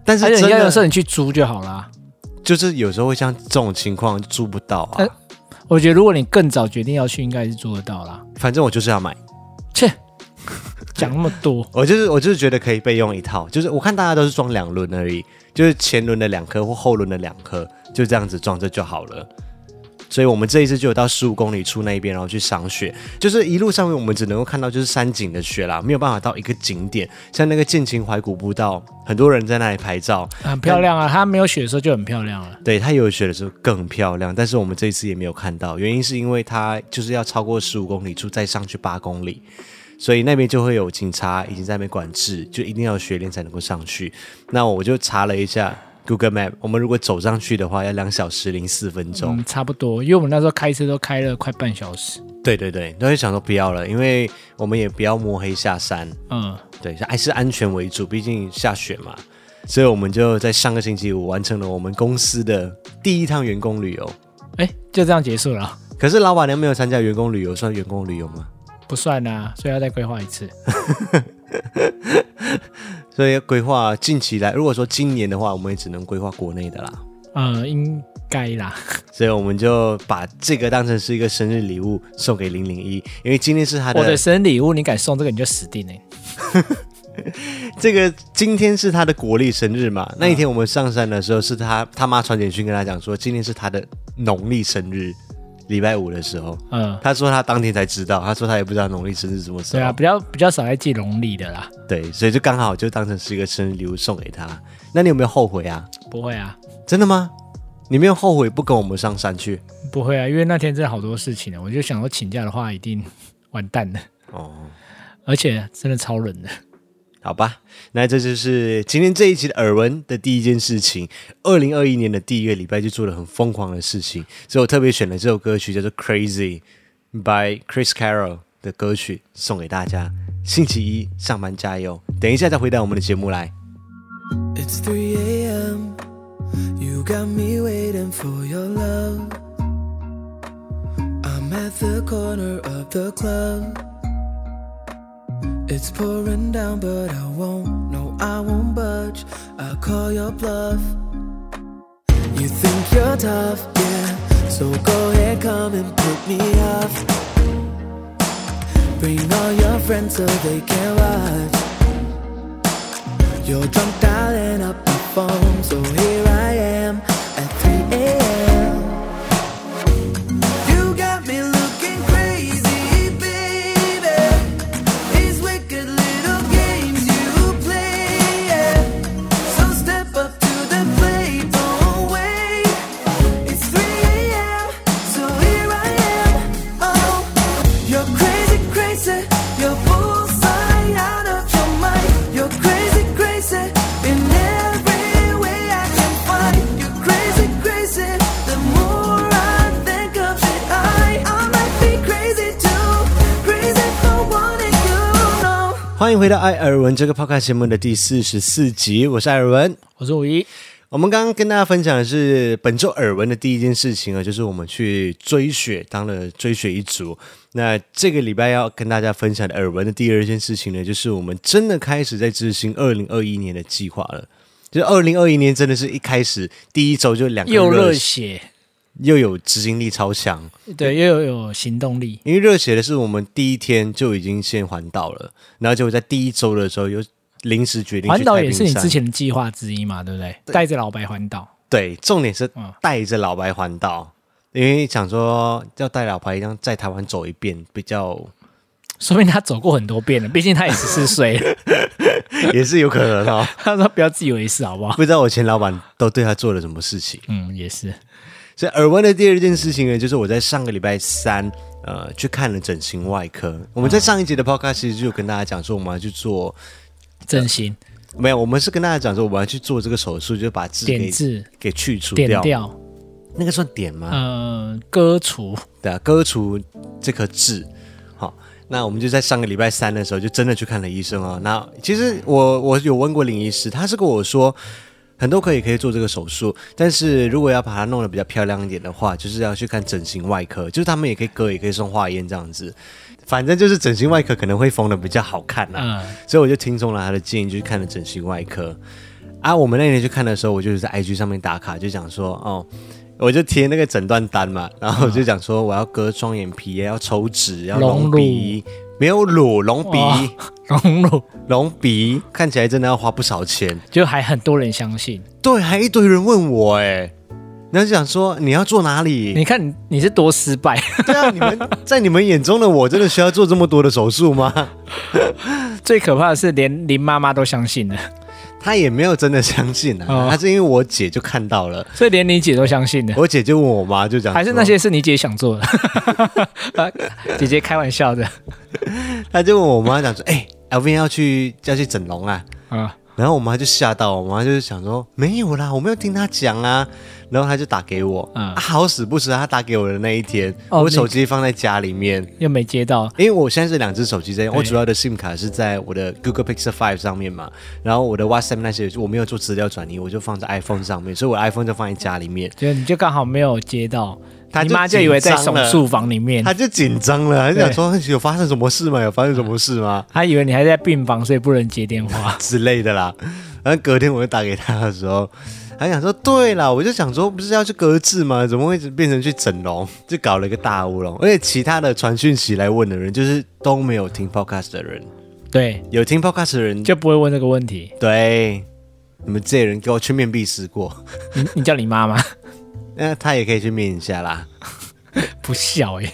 Speaker 1: 但是
Speaker 2: 而且
Speaker 1: 真
Speaker 2: 你要有时
Speaker 1: 的
Speaker 2: 候你去租就好啦。
Speaker 1: 就是有时候会像这种情况租不到啊
Speaker 2: 呃。我觉得如果你更早决定要去，应该是租得到啦。
Speaker 1: 反正我就是要买，
Speaker 2: 切，讲那么多，
Speaker 1: (laughs) 我就是我就是觉得可以备用一套，就是我看大家都是装两轮而已，就是前轮的两颗或后轮的两颗，就这样子装着就好了。所以我们这一次就有到十五公里处那一边，然后去赏雪，就是一路上面我们只能够看到就是山景的雪啦，没有办法到一个景点。像那个剑琴怀古步道，很多人在那里拍照，
Speaker 2: 很漂亮啊。它没有雪的时候就很漂亮了。
Speaker 1: 对它有雪的时候更漂亮，但是我们这一次也没有看到，原因是因为它就是要超过十五公里处再上去八公里，所以那边就会有警察已经在那边管制，就一定要有雪链才能够上去。那我就查了一下 Google Map，我们如果走上去的话要两小时零四分钟。
Speaker 2: 嗯，差不多，因为我们那时候开车都开了快半小时。
Speaker 1: 对对对，那就想说不要了，因为我们也不要摸黑下山，
Speaker 2: 嗯，
Speaker 1: 对，还是安全为主，毕竟下雪嘛。所以我们就在上个星期五完成了我们公司的第一趟员工旅游。
Speaker 2: 哎，就这样结束了啊，
Speaker 1: 可是老板娘没有参加员工旅游，算员工旅游吗？
Speaker 2: 不算啦，所以要再规划一次。
Speaker 1: 所以规划近期来，如果说今年的话，我们也只能规划国内的啦。
Speaker 2: 呃，应该啦。
Speaker 1: 所以我们就把这个当成是一个生日礼物送给零零一，因为今天是他
Speaker 2: 我的
Speaker 1: 的
Speaker 2: 生日礼物你敢送这个你就死定了。
Speaker 1: 这个今天是他的国历生日
Speaker 2: 嗯
Speaker 1: 嘛。那一天我们上山的时候，是他他妈传简讯跟他讲说，今天是他的农历生日，礼拜五的时候，
Speaker 2: 嗯，
Speaker 1: 他说他当天才知道，他说他也不知道农历生日什么时
Speaker 2: 对
Speaker 1: 候
Speaker 2: 啊，。比较比较少在寄农历的啦，
Speaker 1: 对，所以就刚好就当成是一个生日礼物送给他。那你有没有后悔啊？
Speaker 2: 不会啊，
Speaker 1: 真的吗？你没有后悔不跟我们上山去？
Speaker 2: 不会啊，因为那天真的好多事情呢，我就想说请假的话一定完蛋了，
Speaker 1: 哦，
Speaker 2: 而且真的超冷的。
Speaker 1: 好吧，那这就是今天这一期的耳闻的第一件事情。二零二一年的第一个礼拜就做了很疯狂的事情，所以我特别选了这首歌曲叫做《Crazy》by Chris Carroll 的歌曲送给大家。星期一上班加油，等一下再回到我们的节目来。
Speaker 3: It's 3 a.m. You got me waiting for your love. I'm at the corner of the club. It's pouring down, but I won't. No, I won't budge. I call your bluff. You think you're tough, yeah. So go ahead, come and put me off. Bring all your friends so they can watch. You're drunk dialing up the phone, so here I am at 3 a.m. You got me looking crazy, baby. These wicked little games you play. yeah. So step up to the plate, don't wait. It's 3 a.m., so here I am. Oh, you're crazy, crazy. You're bullseye out of your mind. You're crazy, crazy. In every way I can find. You're crazy, crazy. The more I think of it, I, I might be crazy too. Crazy for wanting you. No.
Speaker 1: 欢迎回到艾尔文这个 podcast 节目的第四十四集，我是艾尔文。
Speaker 2: 我是五一，
Speaker 1: 我们刚刚跟大家分享的是本周耳闻的第一件事情啊，就是我们去追雪，当了追雪一族。那这个礼拜要跟大家分享的耳闻的第二件事情呢，就是我们真的开始在执行二零二一年的计划了。就是二零二一年真的是一开始第一周就两个
Speaker 2: 又热
Speaker 1: 热
Speaker 2: 血，
Speaker 1: 又有执行力超强，
Speaker 2: 对，又有行动力，
Speaker 1: 因为热血的是我们第一天就已经先环岛了，然后结果在第一周的时候又临时决定去
Speaker 2: 环岛
Speaker 1: 太
Speaker 2: 也
Speaker 1: 平
Speaker 2: 是你
Speaker 1: 山
Speaker 2: 之前的计划之一嘛，对不对？带着老白环岛，
Speaker 1: 对，重点是
Speaker 2: 嗯
Speaker 1: 带着老白环岛，因为想说要带老白一样在台湾走一遍，比较 (laughs)
Speaker 2: 说明他走过很多遍了，毕竟他也十四岁了。 (laughs)
Speaker 1: 也是有可能哦。
Speaker 2: 他说不要自以为是，好不好？
Speaker 1: 不知道我前老板都对他做了什么事情。
Speaker 2: 嗯，也是。
Speaker 1: 所以耳温的第二件事情呢，就是我在上个礼拜三，呃，去看了整形外科。我们在上一集的 podcast 其实就有跟大家讲说，我们要去做，
Speaker 2: 真心
Speaker 1: 没有，我们是跟大家讲说，我们要去做这个手术，就把痣给
Speaker 2: 点痣
Speaker 1: 给去除
Speaker 2: 点
Speaker 1: 掉，
Speaker 2: 掉，
Speaker 1: 那个算点吗？
Speaker 2: 呃，割除，
Speaker 1: 对啊，割除这颗痣。好，那我们就在上个礼拜三的时候就真的去看了医生啊。那其实我我有问过林医师，他是跟我说。很多可以可以做这个手术，但是如果要把它弄得比较漂亮一点的话，就是要去看整形外科，就是他们也可以割，也可以送化验这样子。反正就是整形外科可能会缝的比较好看啊，
Speaker 2: 嗯
Speaker 1: 所以我就听从了他的建议，就去看了整形外科。啊，我们那天去看的时候，我就是在 IG 上面打卡，就讲说，哦，我就贴那个诊断单嘛，然后我就讲说我要割双眼皮，要抽脂，要
Speaker 2: 隆
Speaker 1: 隆
Speaker 2: 乳
Speaker 1: 鼻，没有乳，隆鼻，
Speaker 2: 融入，
Speaker 1: 隆鼻，看起来真的要花不少钱。
Speaker 2: 就还很多人相信。
Speaker 1: 对，还一堆人问我，哎，然后就想说你要做哪里？
Speaker 2: 你看你你是多失败，
Speaker 1: (laughs) 对啊，你们在你们眼中的我，真的需要做这么多的手术吗？
Speaker 2: 最可怕的是连林妈妈都相
Speaker 1: (laughs)
Speaker 2: 信了，
Speaker 1: 他也没有真的相信啊
Speaker 2: 哦，
Speaker 1: 他是因为我姐就看到了，
Speaker 2: 所以连你姐都相信了。
Speaker 1: (laughs) 我姐就问我妈，就讲
Speaker 2: 还是
Speaker 1: 说
Speaker 2: 那些是你姐想做的， (laughs) 啊姐姐开玩笑的
Speaker 1: 他就问我妈讲说：“哎、l v i n 要去要去整容啊
Speaker 2: 啊。？”
Speaker 1: 然后我妈就吓到，我妈就是想说：“没有啦，我没有听他讲啊。”然后他就打给我，
Speaker 2: 嗯
Speaker 1: 啊好死不死，他打给我的那一天，
Speaker 2: 哦
Speaker 1: 我手机放在家里面，
Speaker 2: 又没接到，
Speaker 1: 因为我现在是两只手机在用，
Speaker 2: 对
Speaker 1: 我主要的 SIM 卡是在我的 Google Pixel 5上面嘛，然后我的 WhatsApp 那些我没有做资料转移，我就放在 iPhone 上面，所以我的 iPhone 就放在家里面。
Speaker 2: 就你就刚好没有接到，
Speaker 1: 她就
Speaker 2: 你妈就以为在
Speaker 1: 紧张
Speaker 2: 手
Speaker 1: 了
Speaker 2: 术房里面，
Speaker 1: 他就紧张了，他就想说有发生什么事吗？有发生什么事吗？
Speaker 2: 她以为你还在病房，所以不能接电话
Speaker 1: (laughs) 。之类的啦。然后隔天我就打给他的时候，他想说：“对啦，我就想说，不是要去割痣吗？怎么会变成去整容？就搞了一个大乌龙。而且其他的传讯息来问的人，就是都没有听 podcast 的人，
Speaker 2: 对，
Speaker 1: 有听 podcast 的人就
Speaker 2: 就不会问这个问题。
Speaker 1: 对你们这些人给我去面壁思过，
Speaker 2: 你你叫你妈 (laughs) 妈
Speaker 1: 那他也可以去面一下啦。
Speaker 2: 不笑哎、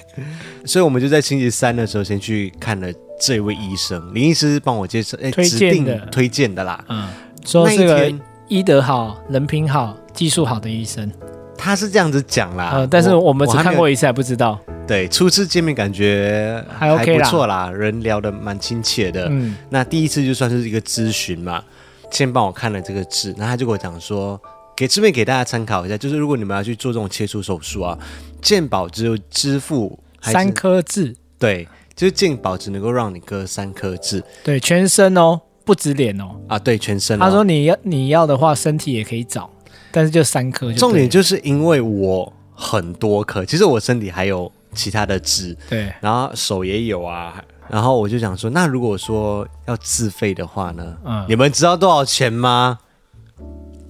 Speaker 1: 所以我们就在星期三的时候先去看了这位医生，林医师帮我介绍，哎，
Speaker 2: 推
Speaker 1: 指
Speaker 2: 荐的
Speaker 1: 定推荐的啦。
Speaker 2: 嗯，说是
Speaker 1: 那一
Speaker 2: 个
Speaker 1: 天
Speaker 2: 医德好、人品好、技术好的医生。
Speaker 1: 他是这样子讲啦，
Speaker 2: 呃，但是我们只
Speaker 1: 啊还没
Speaker 2: 看
Speaker 1: 有
Speaker 2: 过一次，还不知道。
Speaker 1: 对，初次见面感觉
Speaker 2: 还 OK
Speaker 1: 不
Speaker 2: 啦
Speaker 1: 错啦，人聊得蛮亲切的。
Speaker 2: 嗯
Speaker 1: 那第一次就算是一个咨询嘛，先帮我看了这个痣，那他就跟我讲说，给顺便给大家参考一下，就是如果你们要去做这种切除手术啊，健保只有支付还是
Speaker 2: 三颗痣，
Speaker 1: 对，就是健保只能够让你割三颗痣
Speaker 2: 对，全身哦，不止脸哦。
Speaker 1: 啊，对，全身、哦。
Speaker 2: 他说你要你要的话，身体也可以找，但是就三颗就对了。
Speaker 1: 重点就是因为我很多颗，其实我身体还有其他的痣，
Speaker 2: 对，
Speaker 1: 然后手也有啊。然后我就想说，那如果说要自费的话呢？
Speaker 2: 嗯
Speaker 1: 你们知道多少钱吗？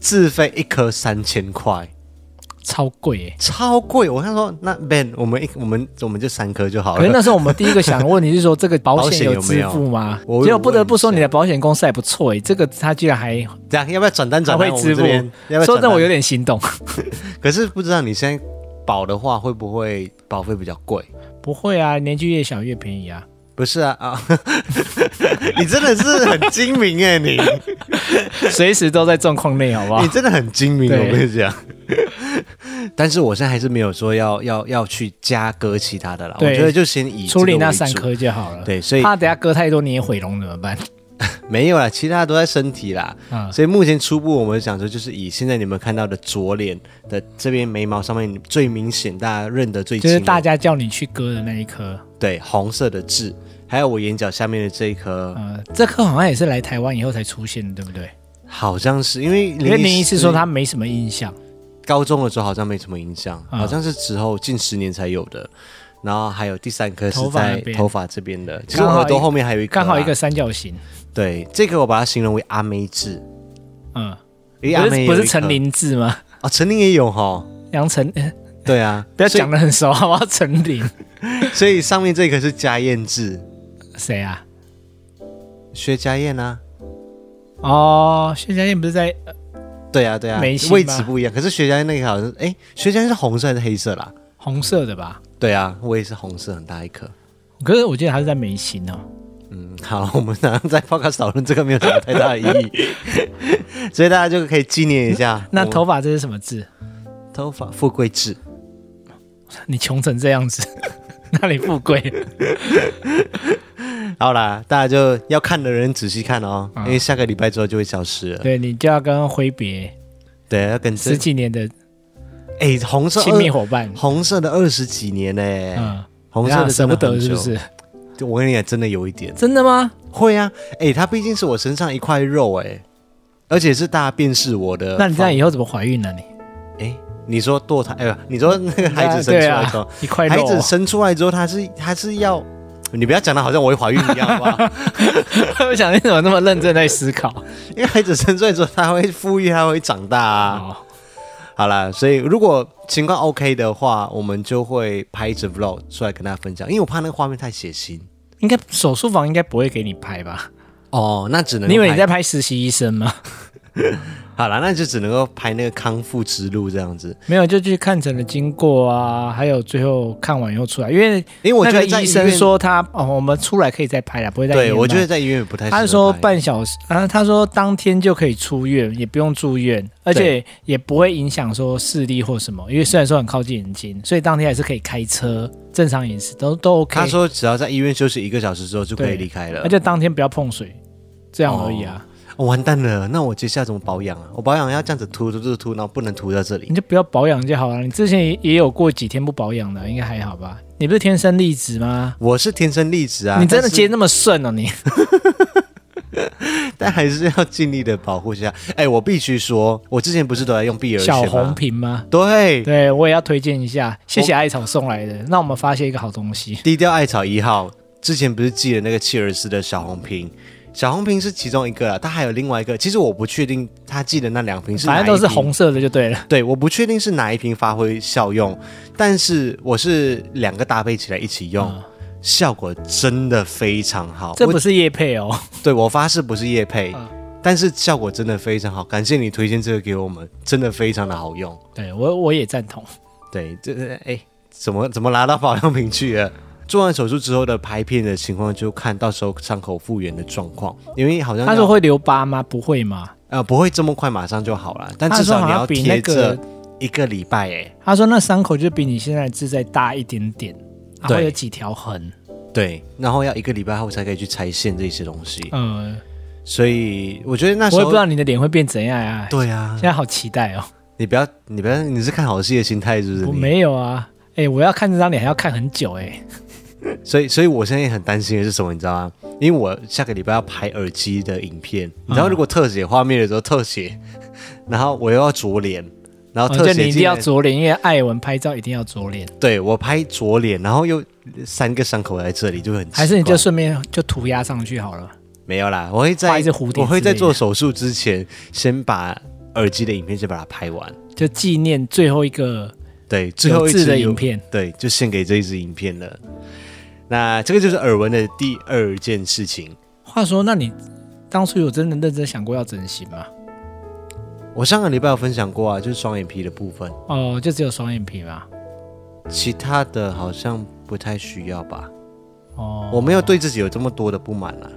Speaker 1: 自费一颗三千块，
Speaker 2: 超贵耶。
Speaker 1: 超贵。我想说，那 Ben，我们一我们我们就三颗就好
Speaker 2: 可
Speaker 1: (laughs)
Speaker 2: 是
Speaker 1: 了。
Speaker 2: 那时候我们第一个想的问题是说，
Speaker 1: (laughs)
Speaker 2: 这个保
Speaker 1: 保险
Speaker 2: 险有
Speaker 1: 有没
Speaker 2: 支
Speaker 1: 有
Speaker 2: 付吗？
Speaker 1: 我
Speaker 2: 结果不得不说，
Speaker 1: 我问一下
Speaker 2: 你的保险公司还不错诶，这个他居然还
Speaker 1: 这样要不要转单
Speaker 2: 还
Speaker 1: 转
Speaker 2: 会
Speaker 1: 单？我
Speaker 2: 支
Speaker 1: 们这
Speaker 2: 付
Speaker 1: 边要不要，啊
Speaker 2: 说
Speaker 1: 转
Speaker 2: 让
Speaker 1: 单？
Speaker 2: 我有点心动。
Speaker 1: 可是不知道你现在保的话会不会保费比较贵？
Speaker 2: (laughs) 不会啊，年纪越小越便宜啊。
Speaker 1: 不是啊啊！ (laughs) 你真的是很精明哎，你
Speaker 2: 随时都在状况内，啊好不好
Speaker 1: (laughs) 你？真的很精明，
Speaker 2: 对
Speaker 1: 我跟你讲。 (laughs) 但是我现在还是没有说要要要去加割其他的啦，我
Speaker 2: 对
Speaker 1: 觉得就先以
Speaker 2: 处理那
Speaker 1: 这个
Speaker 2: 三
Speaker 1: 为主
Speaker 2: 颗就好了。
Speaker 1: 对所以
Speaker 2: 怕等下割太多你也毁容怎么办？
Speaker 1: 没有啦，其他的都在身体啦。
Speaker 2: 啊，
Speaker 1: 所以目前初步我们想说，就是以现在你们看到的左脸的这边眉毛上面最明显、大家认得最
Speaker 2: 就
Speaker 1: 清
Speaker 2: 是
Speaker 1: 的，
Speaker 2: 大家叫你去割的那一颗。
Speaker 1: 对红色的痣，还有我眼角下面的这一颗，
Speaker 2: 呃，这颗好像也是来台湾以后才出现的，对不对？
Speaker 1: 好像是因为
Speaker 2: 因为林
Speaker 1: 医
Speaker 2: 医师说他没什么印象。
Speaker 1: 高中的时候好像没什么影响，
Speaker 2: 啊
Speaker 1: 好像是之后近十年才有的。然后还有第三颗是
Speaker 2: 头发
Speaker 1: 在
Speaker 2: 那边
Speaker 1: 头发这边的，其实
Speaker 2: 刚
Speaker 1: 我
Speaker 2: 好
Speaker 1: 耳朵
Speaker 2: 一
Speaker 1: 后面还有一颗啊
Speaker 2: 刚好一个三角形，
Speaker 1: 对，这个我把它形容为阿妹痣，
Speaker 2: 嗯，
Speaker 1: 因为阿
Speaker 2: 不
Speaker 1: 妹
Speaker 2: 是
Speaker 1: 有
Speaker 2: 不
Speaker 1: 一
Speaker 2: 是
Speaker 1: 颗
Speaker 2: 陈林志吗？ (laughs)
Speaker 1: 哦，陈琳也有哈，
Speaker 2: 杨丞，呃
Speaker 1: 对啊，
Speaker 2: (laughs) 不要讲的很熟，好不好？陈林 (laughs)
Speaker 1: 所以，所以上面这颗是家燕痣，
Speaker 2: 谁啊？
Speaker 1: 薛家燕啊，
Speaker 2: 哦，薛家燕不是在呃
Speaker 1: 对啊，对啊
Speaker 2: 眉心，吧
Speaker 1: 位置不一样。可是雪茄那个好像是，哎，雪茄是红色还是黑色啦？
Speaker 2: 红色的吧？
Speaker 1: 对啊，我也是红色，很大一颗。
Speaker 2: 可是我记得它是在眉心哦。
Speaker 1: 嗯，好，我们等一下在 podcast 讨论这个没有什么太大的意义，
Speaker 2: (laughs)
Speaker 1: 所以大家就可以纪念一下。
Speaker 2: 那
Speaker 1: 我
Speaker 2: 头发这是什么字？
Speaker 1: 头发富贵痣，
Speaker 2: 你穷成这样子， (laughs) 那你富贵？
Speaker 1: (laughs) 好啦，大家就要看的人仔细看哦，因为下个礼拜之后就会消失了。
Speaker 2: 啊对你就要跟挥别
Speaker 1: 对，要跟这
Speaker 2: 十几年的
Speaker 1: 哎红色
Speaker 2: 亲密
Speaker 1: 二
Speaker 2: 伙伴。
Speaker 1: 红色的二十几年呢、
Speaker 2: 嗯，
Speaker 1: 红色的
Speaker 2: 舍
Speaker 1: 真
Speaker 2: 不
Speaker 1: 的
Speaker 2: 得
Speaker 1: 很
Speaker 2: 是
Speaker 1: 久
Speaker 2: 不？是？
Speaker 1: 就我跟你讲，真的有一点
Speaker 2: 真的吗？
Speaker 1: 会啊。哎、它毕竟是我身上一块肉哎、而且是大家辨识我的方。
Speaker 2: 那你这样以后怎么怀孕呢？你
Speaker 1: 哎、你说堕胎哎、不你说那个孩子生
Speaker 2: 对
Speaker 1: 出来之后。
Speaker 2: 啊，一块
Speaker 1: 孩
Speaker 2: 肉
Speaker 1: 子生出来之后，他是他是要，你不要讲的好像我会怀孕一样，好不
Speaker 2: (laughs)
Speaker 1: 好？
Speaker 2: (laughs) 我想你怎么那么认真在思考？
Speaker 1: 因为孩子生出来之后，他会富裕，他会长大啊。
Speaker 2: 哦，
Speaker 1: 好啦，所以如果情况 OK 的话，我们就会拍一支 vlog 出来跟大家分享，因为我怕那个画面太血腥。
Speaker 2: 应该手术房应该不会给你拍吧？
Speaker 1: 哦，那只能
Speaker 2: 你以为你
Speaker 1: 拍
Speaker 2: 在拍实习医生吗？
Speaker 1: 好啦，那就只能够拍那个康复之路这样子。
Speaker 2: 没有，就去看诊的经过啊，还有最后看完以后出来，因为
Speaker 1: 因为我
Speaker 2: 那
Speaker 1: 觉
Speaker 2: 个
Speaker 1: 得在
Speaker 2: 医
Speaker 1: 医
Speaker 2: 生
Speaker 1: 院，
Speaker 2: 说他哦，我们出来可以再拍啦，不会再医
Speaker 1: 对
Speaker 2: 院
Speaker 1: 我觉得
Speaker 2: 拍
Speaker 1: 在医院也不太适合
Speaker 2: 他
Speaker 1: 拍。
Speaker 2: 是说半小时啊，他说当天就可以出院，也不用住院，而且也不会影响说视力或什么，因为虽然说很靠近眼睛，所以当天还是可以开车，正常饮食都都 OK。
Speaker 1: 他说只要在医院休息一个小时之后就可
Speaker 2: 对
Speaker 1: 以离开了
Speaker 2: 而。且当天不要碰水，这样而已啊，
Speaker 1: 哦完蛋了，那我接下来怎么保养啊？我保养要这样子涂涂涂涂，然后不能涂到这里
Speaker 2: 你。就不要保养就好啊了。你之前也也有过几天不保养的，应该还好吧？你不是天生丽质吗？
Speaker 1: 我是天生丽质啊，
Speaker 2: 你真的
Speaker 1: 但是
Speaker 2: 接那么顺哦，你
Speaker 1: (laughs) 但还是要尽力的保护一下。哎，我必须说，我之前不是都在用碧尔
Speaker 2: 小
Speaker 1: 泉
Speaker 2: 红
Speaker 1: 吗？
Speaker 2: 瓶吗？
Speaker 1: 对，
Speaker 2: 对，我也要推荐一下，谢谢艾草送来的，让我们发现一个好东西。
Speaker 1: 低调艾草一号之前不是寄了那个契尔斯的小红瓶，小红瓶是其中一个啦，它还有另外一个，其实我不确定他寄的那两瓶是哪
Speaker 2: 反
Speaker 1: 一
Speaker 2: 正
Speaker 1: 瓶
Speaker 2: 都是红色的就对了。
Speaker 1: 对，我不确定是哪一瓶发挥效用，但是我是两个搭配起来一起用，
Speaker 2: 嗯
Speaker 1: 效果真的非常好。
Speaker 2: 这
Speaker 1: 我
Speaker 2: 不是叶配哦，
Speaker 1: 对我发誓不是叶配，
Speaker 2: 嗯
Speaker 1: 但是效果真的非常好，感谢你推荐这个给我们，真的非常的好用。
Speaker 2: (laughs) 对我我也赞同。
Speaker 1: 对，这哎，怎么怎么拿到保养品去了？做完手术之后的排片的情况，就看到时候伤口复原的状况，因为好像
Speaker 2: 他
Speaker 1: 要
Speaker 2: 说会留疤吗？不会嘛。
Speaker 1: 呃不会这么快马上就好了，但
Speaker 2: 他
Speaker 1: 至
Speaker 2: 说
Speaker 1: 少
Speaker 2: 好
Speaker 1: 你
Speaker 2: 像
Speaker 1: 要
Speaker 2: 比
Speaker 1: 贴
Speaker 2: 那个
Speaker 1: 着一个礼拜哎、
Speaker 2: 他说那伤口就比你现在痣再大一点点，然后
Speaker 1: 对
Speaker 2: 有几条痕。
Speaker 1: 对，然后要一个礼拜后才可以去拆线这些东西，
Speaker 2: 呃，
Speaker 1: 所以我觉得那时
Speaker 2: 我
Speaker 1: 候
Speaker 2: 也不知道你的脸会变怎样啊。
Speaker 1: 对啊
Speaker 2: 现，在好期待哦。
Speaker 1: 你不要你不要你是看好戏的心态是不是你？
Speaker 2: 我没有啊，哎、我要看这张脸还要看很久哎、
Speaker 1: 所以，所以我现在也很担心的是什么，你知道吗？因为我下个礼拜要拍耳机的影片，你
Speaker 2: 嗯
Speaker 1: 知道，如果特写画面的时候特写， (laughs) 然后我又要左脸，然后啊
Speaker 2: 哦
Speaker 1: 特
Speaker 2: 就
Speaker 1: 写、
Speaker 2: 你一定要，左脸，因为艾文拍照一定要左脸，
Speaker 1: 对我拍左脸，然后又三个伤口在这里，就很奇怪
Speaker 2: 还是你就顺便就涂鸦上去好了。
Speaker 1: 没有啦？我会
Speaker 2: 画
Speaker 1: 在
Speaker 2: 一只蝴蝶之类的
Speaker 1: 我会在做手术之前先把耳机的影片先把它拍完，
Speaker 2: 就纪念最后一个
Speaker 1: 对，最后一
Speaker 2: 字
Speaker 1: 支
Speaker 2: 的
Speaker 1: 有
Speaker 2: 影，片，
Speaker 1: 对，就献给这一支影片了。那这个就是耳闻的第二件事情。
Speaker 2: 话说，那你当初有真的认真想过要整形吗？
Speaker 1: 我上个礼拜有分享过啊，就是双眼皮的部分。
Speaker 2: 哦，就只有双眼皮嘛。
Speaker 1: 其他的好像不太需要吧。
Speaker 2: 哦，
Speaker 1: 我没有对自己有这么多的不满啊，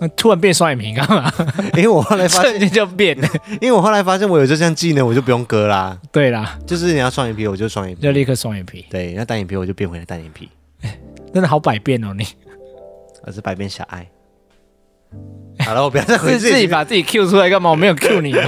Speaker 2: 那突然变双眼皮干嘛？
Speaker 1: (laughs) 因为我后来
Speaker 2: (laughs)
Speaker 1: 发现，
Speaker 2: 瞬间就变了。
Speaker 1: 因为我后来发现我有这项技能，我就不用割啦。
Speaker 2: 对啦，
Speaker 1: 就是你要双眼皮，我就双眼皮；
Speaker 2: 就立刻双眼皮，
Speaker 1: 对，那单眼皮我就变回了单眼皮，
Speaker 2: 真的好百变哦！你
Speaker 1: 而是百变小爱。好了，我不要再回
Speaker 2: 自
Speaker 1: 自
Speaker 2: 自己
Speaker 1: 己。
Speaker 2: 把自己 Q 出来干嘛？我没有
Speaker 1: (laughs)
Speaker 2: Q 你哦。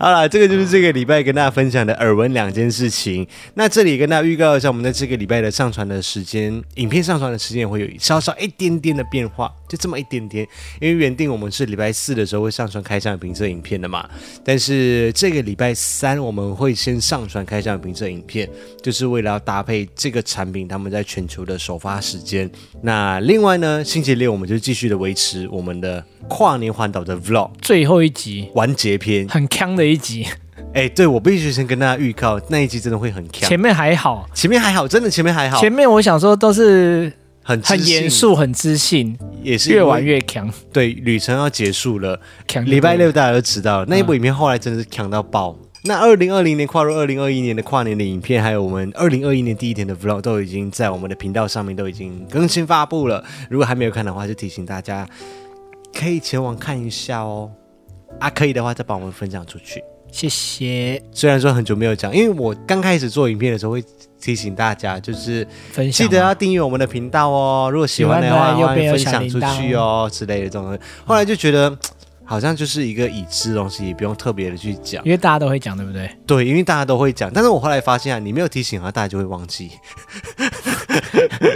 Speaker 1: 好了，这个就是这个礼拜跟大家分享的耳闻两件事情。那这里跟大家预告一下，我们在这个礼拜的上传的时间，影片上传的时间也会有稍稍一点点的变化，就这么一点点。因为原定我们是礼拜四的时候会上传开箱评测影片的嘛，但是这个礼拜三我们会先上传开箱评测影片，就是为了要搭配这个产品他们在全球的首发时间。那另外呢，星期六我们就继续的维持我们的跨年环岛的 Vlog
Speaker 2: 最后一集
Speaker 1: 完结篇。
Speaker 2: 很坑的一集，
Speaker 1: 哎、对我必须先跟大家预告，那一集真的会很强。
Speaker 2: 前面还好，
Speaker 1: 前面还好，真的前面还好。
Speaker 2: 前面我想说都是
Speaker 1: 很知
Speaker 2: 很
Speaker 1: 性
Speaker 2: 严，肃、很知性，
Speaker 1: 也是因为
Speaker 2: 越玩越强。
Speaker 1: 对。旅程要结束了，
Speaker 2: 强就对了嗯
Speaker 1: 礼拜六大家都知道那一部影片后来真的是强到爆。那二零二零年跨入二零二一年的跨年的影片，还有我们二零二一年第一天的 vlog 都已经在我们的频道上面都已经更新发布了。如果还没有看的话，就提醒大家可以前往看一下哦。啊，可以的话再帮我们分享出去。
Speaker 2: 谢谢
Speaker 1: 虽然说很久没有讲，因为我刚开始做影片的时候会提醒大家，就是
Speaker 2: 分享
Speaker 1: 记
Speaker 2: 嘛，
Speaker 1: 得要订阅我们的频道哦。如果喜欢的话，
Speaker 2: 喜欢的右
Speaker 1: 欢
Speaker 2: 边
Speaker 1: 迎
Speaker 2: 有
Speaker 1: 分享出
Speaker 2: 小铃
Speaker 1: 去哦之类的这种东西。后来就觉得。嘖好像就是一个已知的东西，也不用特别的去讲。
Speaker 2: 因为大家都会讲，
Speaker 1: (laughs)
Speaker 2: 对不对？
Speaker 1: 对，因为大家都会讲，但是我后来发现啊，你没有提醒啊，大家就会忘记。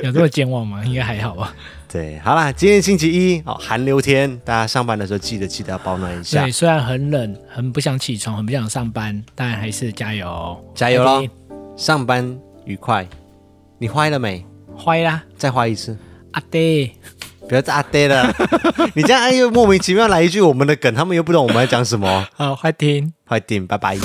Speaker 2: 有这么健忘吗？应该还好吧。
Speaker 1: 对，好啦，今天星期一哦，寒流天，大家上班的时候记得记得要保暖一下
Speaker 2: 对，。虽然很冷，很不想起床，很不想上班，但还是加油，哦
Speaker 1: 加油喽
Speaker 2: OK，
Speaker 1: 上班愉快。你坏了没？
Speaker 2: 坏啦，
Speaker 1: 再坏一次。
Speaker 2: 阿爹，
Speaker 1: 不要再阿呆了，你这样哎又莫名其妙来一句我们的梗，他们又不懂我们在讲什么。
Speaker 2: 好，快听。
Speaker 1: 快点，拜拜。